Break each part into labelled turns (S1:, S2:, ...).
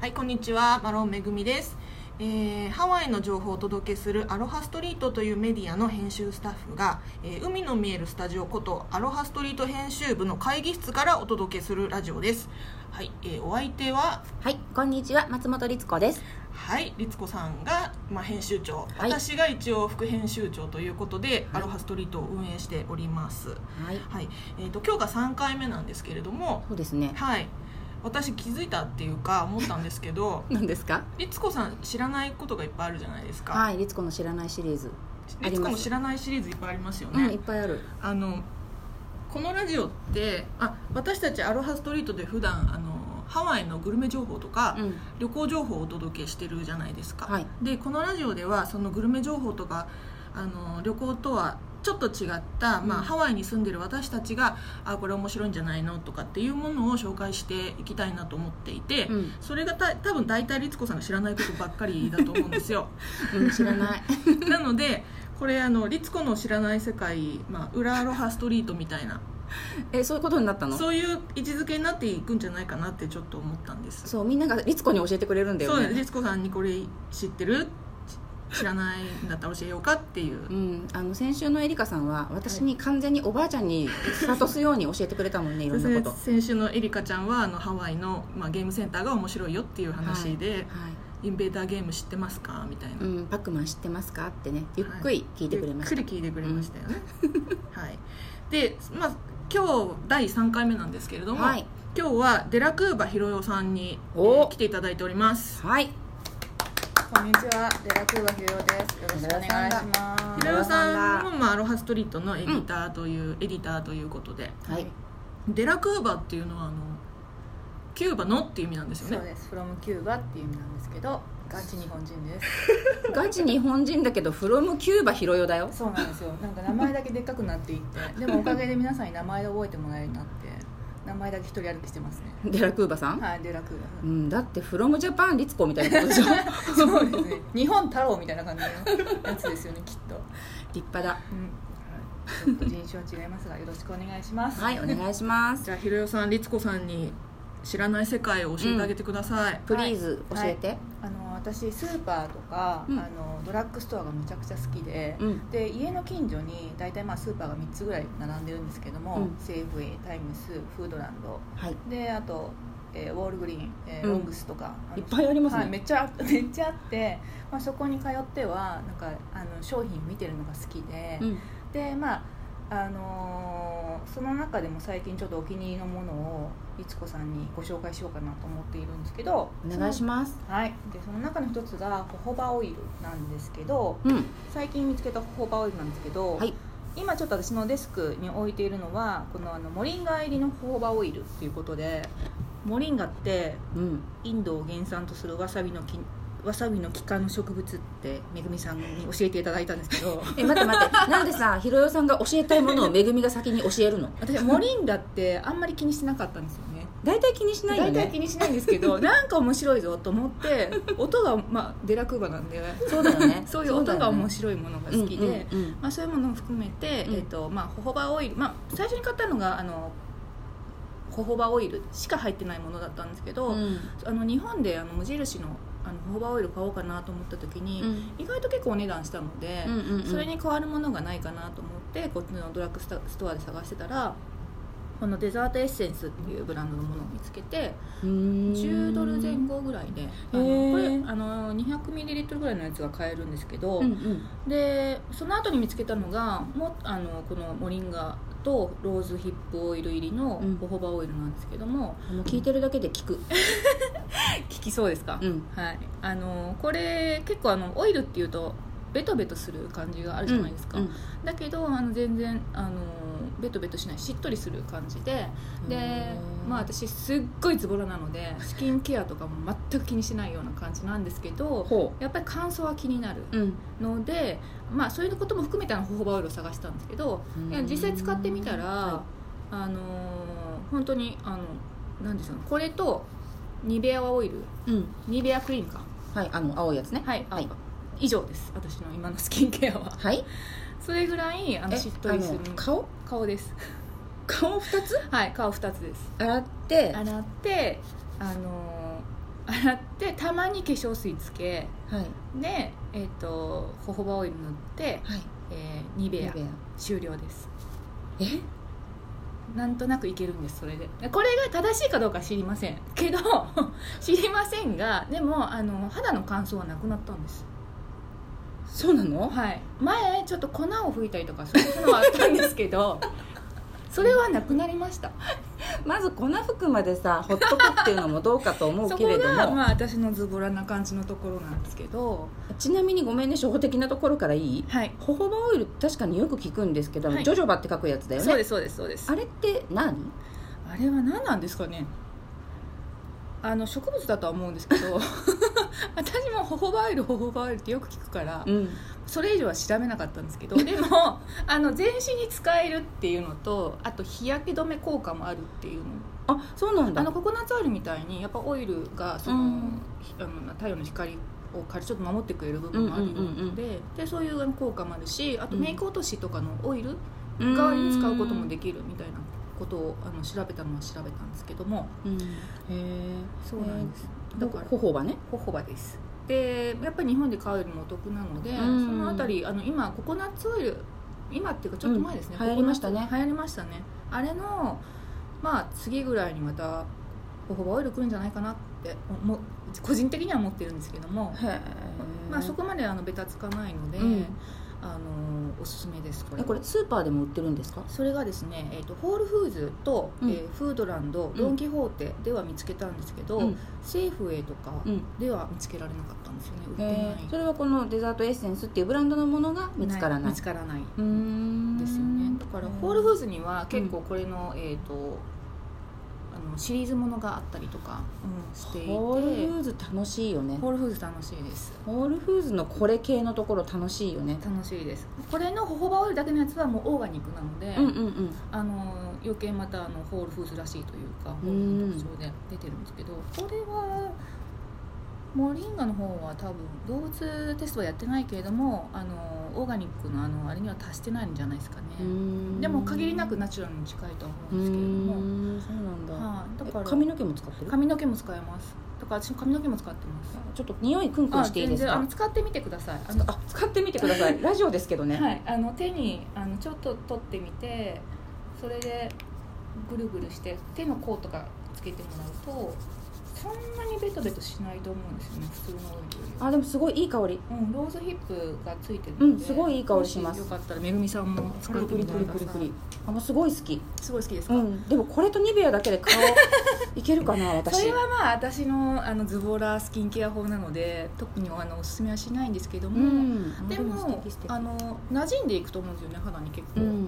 S1: はいこんにちはマロンめぐみです、えーハワイの情報をお届けするアロハストリートというメディアの編集スタッフが、えー海の見えるスタジオことアロハストリート編集部の会議室からお届けするラジオですはい、えーお相手は
S2: はい、こんにちは、松本律子です。
S1: はい律子さんが、まあ、編集長、
S2: はい
S1: 私が一応副編集長ということで、アロハストリートを運営しております
S2: はい、
S1: はいえー、と今日が3回目なんですけれども
S2: そうですね。
S1: はい私気づいたっていうか思ったんですけど
S2: 何ですか。
S1: 律子さん知らないことがいっぱいあるじゃないですか、
S2: はい、律子の知らないシリーズ。あり
S1: 律
S2: ます
S1: 子の知らないシリーズいっぱいありますよ
S2: う
S1: ね、
S2: ん、いっぱいある。
S1: あのこのラジオってあ私たちアロハストリートで普段あのハワイのグルメ情報とか、
S2: うん、
S1: 旅行情報をお届けしてるじゃないですか、
S2: はい
S1: でこのラジオではそのグルメ情報とかあの旅行とはちょっと違った、まあ、
S2: うん
S1: ハワイに住んでる私たちがあこれ面白いんじゃないのとかっていうものを紹介していきたいなと思っていて、
S2: うん
S1: それがた多分大体律子さんが知らないことばっかりだと思うんです よ
S2: うん、知ら ない。
S1: なのでこれあの律子の知らない世界、まあ、裏アロハストリートみたいな
S2: え、そういうことになったの。
S1: そういう位置づけになっていくんじゃないかなってちょっと思ったんです
S2: そう、みんなが律子に教えてくれるんだ
S1: そ
S2: よ
S1: う
S2: ね。
S1: です律子さんにこれ知ってるち知らないんだったら教えようかっていう
S2: うん、あの先週のエリカさんは私に完全におばあちゃんに諭すように教えてくれたもんね、いろんなこと。は
S1: 先週のエリカちゃんはあのハワイの、まあ、ゲームセンターが面白いよっていう話で、インベーダーゲーム知ってますかみたい
S2: い、う
S1: な、
S2: ん、パックマン知ってますかってね、ゆっくり聞いてくれました。
S1: ゆっくり聞いてくれましたよね、はいでまあ今日第3回目なんですけれども、
S2: はい
S1: 今日はデラクーバひろよさんに、え
S2: お
S1: ー来ていただいております
S2: はい、
S3: こんにちは、デラクーバヒロです。よろしくお願いしま
S1: ひ
S3: す。
S1: ろよさんも、
S2: う
S1: まあ、アロハストリートのエディターという、エディターということで
S2: はい、
S1: デラクーバっていうのはあのキューバのっていう意味なんですよ
S3: そう
S1: ね
S3: です、from キューバっていう意味なんですけど、ガチ日本人です。
S2: ガチ日本人だけど、フロムキューバひろよだよ。
S3: そうなんですよ。なんか名前だけでっかくなっていって、 でもおかげで皆さんに名前で覚えてもらえるようになって、名前だけ一人歩きしてますね。
S2: デラクーバさん。
S3: はい、デラクー
S2: う
S3: バ。
S2: ん、だってフロムジャパン律子みたいなこと でしょ
S3: そうですね。日本太郎みたいな感じのやつですよね、きっと。
S2: 立派だ
S3: うん。ちょっと人種は違いますが、よろしくお願いします。
S2: はいお願いします
S1: じゃあひろよさん律子さんに知らない世界を教えてあげてください、
S2: プリーズ教えて、
S3: あの私スーパーとか、
S2: うん
S3: あのドラッグストアがむちゃくちゃ好きで、
S2: うん
S3: で家の近所に大体まあスーパーが3つぐらい並んでるんですけども、
S2: うん
S3: セーフウェイタイムスフードランド
S2: はい
S3: であと、えーウォールグリーン、えー
S2: うん
S3: ロングスとかあの
S2: いっぱいありますね、
S3: はい、めっちゃあ めっちゃあって、まあ、そこに通ってはなんかあの商品見てるのが好きで、
S2: うん
S3: でまああのーその中でも最近ちょっとお気に入りのものをいつこさんにご紹介しようかなと思っているんですけど
S2: お願いします
S3: はい、でその中の一つがホホバオイルなんですけど
S2: うん
S3: 最近見つけたホホバオイルなんですけど、
S2: はい
S3: 今ちょっと私のデスクに置いているのはこのあのモリンガ入りのホホバオイルっていうことでモリンガって
S2: うん
S3: インドを原産とするわさびの木わさびの木科の植物ってめぐみさんに教えていただいたんですけ ど
S2: え待って待ってなんでさひろよさんが教えたいものをめぐみが先に教えるの
S3: 私モリンガってあんまり気にしてなかったんですよね
S2: 大体気にしないよ
S3: 大体
S2: ね
S3: 気にしないんですけど なんか面白いぞと思って音が、まあ、デラクーバなんで
S2: そうだよね
S3: そういう音が面白いものが好きで、
S2: うんうんうん
S3: まあ、そういうものを含めて、
S2: うん
S3: えっとまあ、ホホバオイル、まあ、最初に買ったのがあのホホバオイルしか入ってないものだったんですけど、
S2: うん
S3: あの日本であの無印のあのホホバオイル買おうかなと思った時に、
S2: うん
S3: 意外と結構お値段したので、
S2: うんうんうん
S3: それに変わるものがないかなと思ってこっちのドラッグスタストアで探してたらこのデザートエッセンスっていうブランドのものを見つけて。
S2: うーん
S3: 10ドル前後ぐらいであ
S2: へ
S3: の
S2: ー
S3: これあの200ミリリットルぐらいのやつが買えるんですけど、
S2: うんうん
S3: でその後に見つけたのがもあのこのモリンガとローズヒップオイル入りの
S2: うん
S3: ホホバオイルなんですけども、
S2: もう聞いてるだけで聞く
S3: 効きそうですか、
S2: うん
S3: はいあのこれ結構あのオイルっていうとベトベトする感じがあるじゃないですか、
S2: うん
S3: だけどあの全然あのベトベトしないしっとりする感じでで
S2: うん
S3: まあ私すっごいズボラなのでスキンケアとかも全く気にしないような感じなんですけど
S2: ほ
S3: やっぱり乾燥は気になる
S2: ううん
S3: ので、まあ、そういうことも含めてあのホホバオイルを探したんですけどいや実際使ってみたら、
S2: は
S3: あのー本当にあのなんでしょうねこれとニベアオイル
S2: いうん
S3: ニベアクリームか
S2: はいあの青いやつね
S3: はい、あ
S2: はい
S3: 以上です私の今のスキンケアは
S2: はい
S3: それぐらいあの
S2: え
S3: しっとりする
S2: あの顔
S3: 顔です
S2: 顔二つ
S3: はい顔2つです
S2: 洗って
S3: 洗ってあのー洗ってたまに化粧水つけ
S2: はい
S3: で、えっとホホバオイル塗って、
S2: はい
S3: えーニベア
S2: ニベア
S3: 終了です
S2: え
S3: なんとなくいけるんですそれでこれが正しいかどうか知りませんけど 知りませんがでもあの肌の乾燥はなくなったんです
S2: そうなの
S3: はい前ちょっと粉を吹いたりとかそういうのはあったんですけど それはなくなりました
S2: まず粉吹くまでさほっとくっていうのもどうかと思う
S3: そ
S2: け
S3: こ
S2: れども
S3: が、まあ、私のズボラな感じのところなんですけど
S2: ちなみにごめんね初歩的なところからいい
S3: はい
S2: ホホバオイル確かによく聞くんですけど、
S3: はい
S2: ジョジョバって書くやつだよね
S3: そうですそうですそうです
S2: あれって何
S3: あれは何なんですかねあの植物だとは思うんですけど 私もホホバオイルホホバオイルってよく聞くから
S2: うん
S3: それ以上は調べなかったんです けどでもあの全身に使えるっていうのとあと日焼け止め効果もあるっていうの
S2: あそうなんだ
S3: あのココナッツオイルみたいにやっぱオイルがその、
S2: うん
S3: ひあの太陽の光をからちょっと守ってくれる部分もあるようなので,、でそういうあの効果もあるしあと
S2: うん
S3: メイク落としとかのオイル
S2: 代
S3: 代わりに使うこともできるみたいなことをあの調べたのは調べたんですけども
S2: うんへえ
S3: そうなんです、だ
S2: だ
S3: か
S2: かららホホバね
S3: ホホバですでやっぱり日本で買うよりもお得なので、
S2: うん
S3: そのあたりあの今ココナッツオイル今っていうかちょっと前ですね、
S2: うん流行りましたね
S3: ココナッツ流行りましたねあれのまあ次ぐらいにまたホホバオイル来るんじゃないかなっても個人的には思ってるんですけども、
S2: へえ
S3: まあ、そこまであのベタつかないので、
S2: うん
S3: あのおすすめですこれ
S2: えこれスーパーでも売ってるんですか
S3: それがですね、えー、とホールフーズと、
S2: うん
S3: えーフードランド
S2: ん
S3: ドン・キホーテでは見つけたんですけど、
S2: うん
S3: セーフウェイとか
S2: うん
S3: では見つけられなかったんですよね売ってない、
S2: へえそれはこのデザートエッセンスっていうブランドのものが見つからない
S3: 見つからないう
S2: ーん
S3: ですよねだからホール
S2: ー
S3: フーズには結構これの、えっ、とあのシリーズものがあったりとか、うんしていて
S2: ホールフーズ楽しいよね
S3: ホールフーズ楽しいです
S2: ホールフーズのこれ系のところ楽しいよね
S3: 楽しいですこれのホホバオイルだけのやつはもうオーガニックなので、
S2: うんうんうん
S3: あの余計またあのホールフーズらしいというか
S2: う
S3: ホール
S2: ん
S3: の特徴で出てるんですけどこれはモリンガの方は多分動物テストはやってないけれどもあのオーガニックのあのあれには達してないんじゃないですかね、
S2: うーん
S3: でも限りなくナチュラルに近いとは思うんで
S2: うーんそうなん
S3: すけ
S2: だ
S3: れども、はい、だ
S2: え
S3: から
S2: 髪の毛も使ってる
S3: 髪の毛も使えますだから私髪の毛も使ってます
S2: ちょっと匂いクンクンしていいです
S3: あ全然あの
S2: か
S3: 使ってみてくださいあの
S2: あ使ってみてくだ さいラジオですけどね、
S3: はい、あの手にあのちょっと取ってみてそれでぐるぐるして手の甲とかつけてもらうとそんなにベトベトしないと思うんですよね普通のオイルよりは
S2: あでもすごいいい香り
S3: うん、ローズヒップがついてるので、
S2: うんすごいいい香りします
S3: もよかったらめぐみさんも
S2: プ
S3: 作っ
S2: リ
S3: て
S2: プ
S3: み
S2: リ
S3: て
S2: プリ
S3: くだ
S2: プリ
S3: さ
S2: プ
S3: い
S2: リあもうすごい好き
S3: すごい好きですか、
S2: うんでもこれとニベアだけで顔いけるかな私
S3: それはまあ私のあのズボラスキンケア法なので特にあのおすすめはしないんですけども、
S2: うん
S3: で
S2: 素
S3: も
S2: 敵素敵
S3: あの馴染んでいくと思うんですよね肌に結構、
S2: うん
S3: あの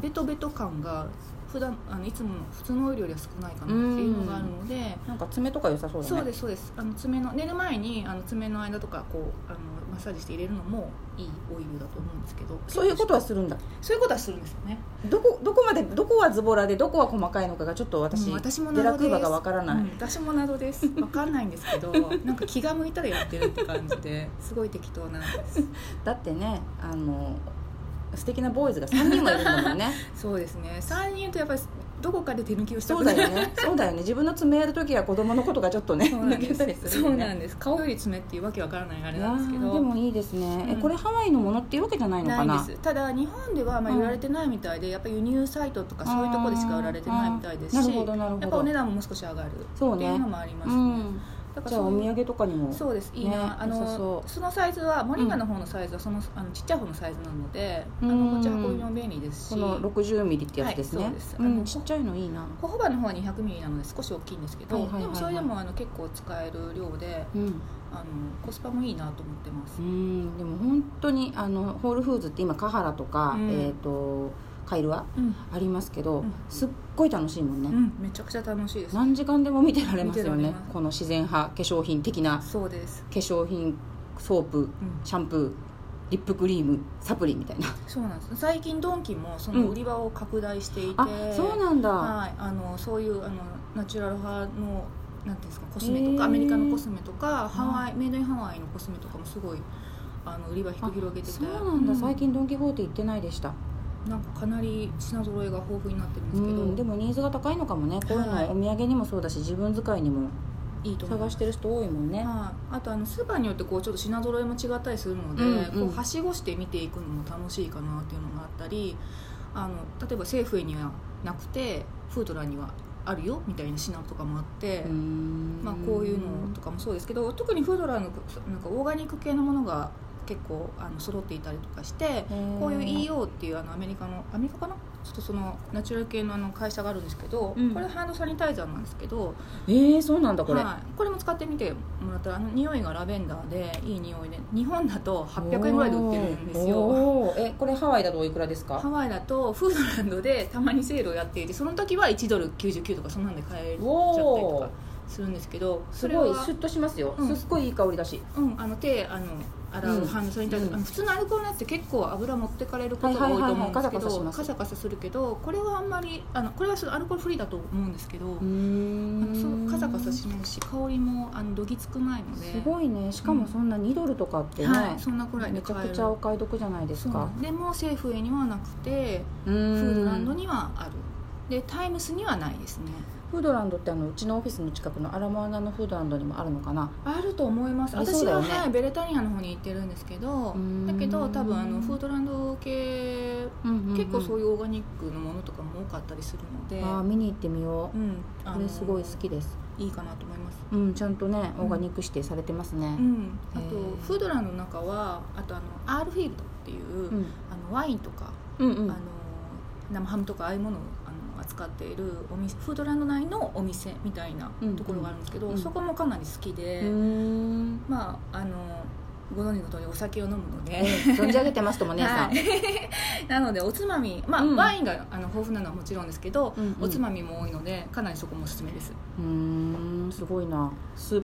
S3: ベトベト感が普段あのいつもの普通のオイルよりは少ないかなっていうのがあるので、
S2: なんか爪とか良さそうだね
S3: そうですそうですあの爪の寝る前にあの爪の間とかこうあのマッサージして入れるのもいいオイルだと思うんですけど
S2: そういうことはするんだ
S3: そういうことはするんですよね
S2: どこどこまでどこはズボラでどこは細かいのかがちょっと私,、
S3: うん私も
S2: デラ
S3: 謎
S2: ク
S3: で
S2: ーバ
S3: す
S2: がわからない、
S3: うん私も謎ですわかんないんですけどなんか気が向いたらやってるって感じですごい適当なんです
S2: だってねあの素敵なボーイズが3人もいるんだもん ね
S3: そうですね3人とやっぱりどこかで手抜きをした
S2: そ
S3: く
S2: う
S3: な
S2: だ
S3: い
S2: よねそうだよね自分の爪やる時は子供のことがちょっとね
S3: そうなん
S2: 抜
S3: で
S2: け
S3: す
S2: たりする
S3: そ
S2: よ
S3: う
S2: ね
S3: なんです顔より爪っていうわけわからないあれ
S2: いや
S3: なんですけど
S2: ーでもいいですね、
S3: うん
S2: えこれハワイのものっていうわけじゃないの
S3: な
S2: か
S3: い
S2: なん
S3: ですただ日本ではまあ
S2: うん
S3: 言われてないみたいで、やっぱ輸入サイトとかそういうところでしか売られてないみたいです
S2: あー
S3: し
S2: なるほどなるほど
S3: やっぱお値段ももう少し上がるって
S2: そうね
S3: いうのもあります
S2: う
S3: ね
S2: ん、
S3: だか
S2: じ
S3: ら
S2: ゃあ
S3: そう
S2: お
S3: い
S2: 土
S3: う
S2: 産とかにも
S3: そうですいいな、
S2: ね
S3: あ
S2: 良さ
S3: の
S2: そ
S3: そのサイズはモリンガの方のサイズはその,、あのちっちゃい方のサイズなので、あの
S2: うん
S3: 持ち運びも便利ですし
S2: この60ミリってやつですね、
S3: はいそうです
S2: ん
S3: あの
S2: ちっちゃいのいいな
S3: ホホバの方は200ミリなので少し大きいんですけど、
S2: はいはいはいはい
S3: でもそれでもあの結構使える量で
S2: うん
S3: あのコスパもいいなと思ってます
S2: う、んでも本当にあのホールフーズって今カハラとか、
S3: うん
S2: えっ、とカイルは
S3: うん
S2: ありますけど、
S3: うん
S2: すっごい楽しいもんね、
S3: うん、めちゃくちゃ楽しいです
S2: 何時間でも見てられますよ
S3: 見てら
S2: ね
S3: れます
S2: この自然派化粧品的な化
S3: そうです、
S2: 粧品ソープ
S3: うん、
S2: シャンプーリップクリームサプリみたいな
S3: そうなんです最近ドンキもその売り場を拡大していて、
S2: あそうなんだ、
S3: はい、あのそういうあのナチュラル派のなんていうんですかコスメ
S2: へ
S3: と
S2: ー
S3: かアメリカのコスメとかハワイメイドインハワイのコスメとかもすごいあの売り場ひく広げてて
S2: そうなんだ、
S3: う
S2: 最近ドン・キホーテ行ってないでした、
S3: なんかかなり品揃えが豊富になってるんで
S2: う
S3: すけど、
S2: ん、でもニーズが高いのかもねこういう
S3: はい
S2: のお土産にもそうだし自分使いにも
S3: いいと思いま
S2: 探
S3: す
S2: してる人多いもんね
S3: はい、あとあのスーパーによってこうちょっと品揃えも違ったりするので、
S2: うんうん
S3: こうはしごして見ていくのも楽しいかなっていうのがあったりあの例えばセーフェにはなくてフードラにはあるよみたいな品とかもあって、
S2: ま
S3: まあ、こういうのとかもそうですけど特にフードラのなんかオーガニック系のものが結構あの揃っていたりとかして。こういう EO っていうあのアメリカのアメリカかなちょっとそのナチュラル系のあの会社があるんですけど、
S2: うん
S3: これハンドサニタイザーなんですけど、
S2: えー、そうなんだこれ、
S3: はい、これも使ってみてもらったらあの匂いがラベンダーでいい匂いで日本だと800円ぐらいで売ってるんですよ
S2: おーおーえこれハワイだとおいくらですか
S3: ハワイだとフードランドでたまにセールをやっていてその時は1ドル99とかそんなんで買えちゃったりと
S2: お
S3: か
S2: お
S3: するんですけど
S2: す
S3: それ
S2: ごい
S3: は
S2: シュッとしますよ、
S3: うん
S2: すっごいいい香りだし
S3: うん、あの手あの洗
S2: う
S3: うんハンドサニタイザー、
S2: うん
S3: あの普通のアルコールのやつって結構油持ってかれることが
S2: はいはい
S3: 多
S2: い
S3: と
S2: はい
S3: 思うんです
S2: カ
S3: け
S2: サカサし
S3: ど
S2: ます
S3: カシャカサするけどこれはあんまりあのこれはそのアルコールフリーだと思うんですけど、あのそうカサカサしないし香りもあのどぎつくないのです
S2: ごいねしかもそんな2ドルとかってね、
S3: はい、そんなくらいで
S2: めちゃ
S3: 買え
S2: く
S3: る
S2: ちゃお買い得じゃないですか
S3: そうでもセーフウェイにはなくて
S2: フ
S3: フー
S2: ー
S3: ドランドにはあるでタイムスにはないですね
S2: フードランドってあのうちのオフィスの近くのアラモアナのフードランドにもあるのかな
S3: あると思います
S2: あり
S3: 私
S2: そうだよ
S3: は、
S2: ね
S3: はいベレタニアの方に行ってるんですけど
S2: ん
S3: だけど多分あのフードランド系結構そう
S2: い
S3: いうオーガニックのものとかも多かったりするので、
S2: あー見に行ってみよ
S3: う
S2: う、
S3: ん、
S2: これすごい好き
S3: で
S2: です
S3: いいかなと思います、
S2: うんちゃんとねオーガニック指定されてますね
S3: う、ん、あ
S2: へ
S3: と
S2: ー
S3: フードランドの中はあとあのアールフィールドっていう、
S2: うん
S3: あのワインとか、
S2: うんうん
S3: あの生ハムとかああいうものをあの扱っているお店フードランド内のお店みたいなところがあるんですけど、
S2: うんうん
S3: そこもかなり好きで、
S2: うん
S3: まああのご存知の通りお酒を飲むので、
S2: 存じ上げてますとも姉さん、
S3: はい なのでおつまみ、まあ
S2: うん
S3: ワインがあの豊富なのはもちろんですけど、
S2: うんうん
S3: おつまみも多いのでかなりそこもおすすめです
S2: うーんすごいなスー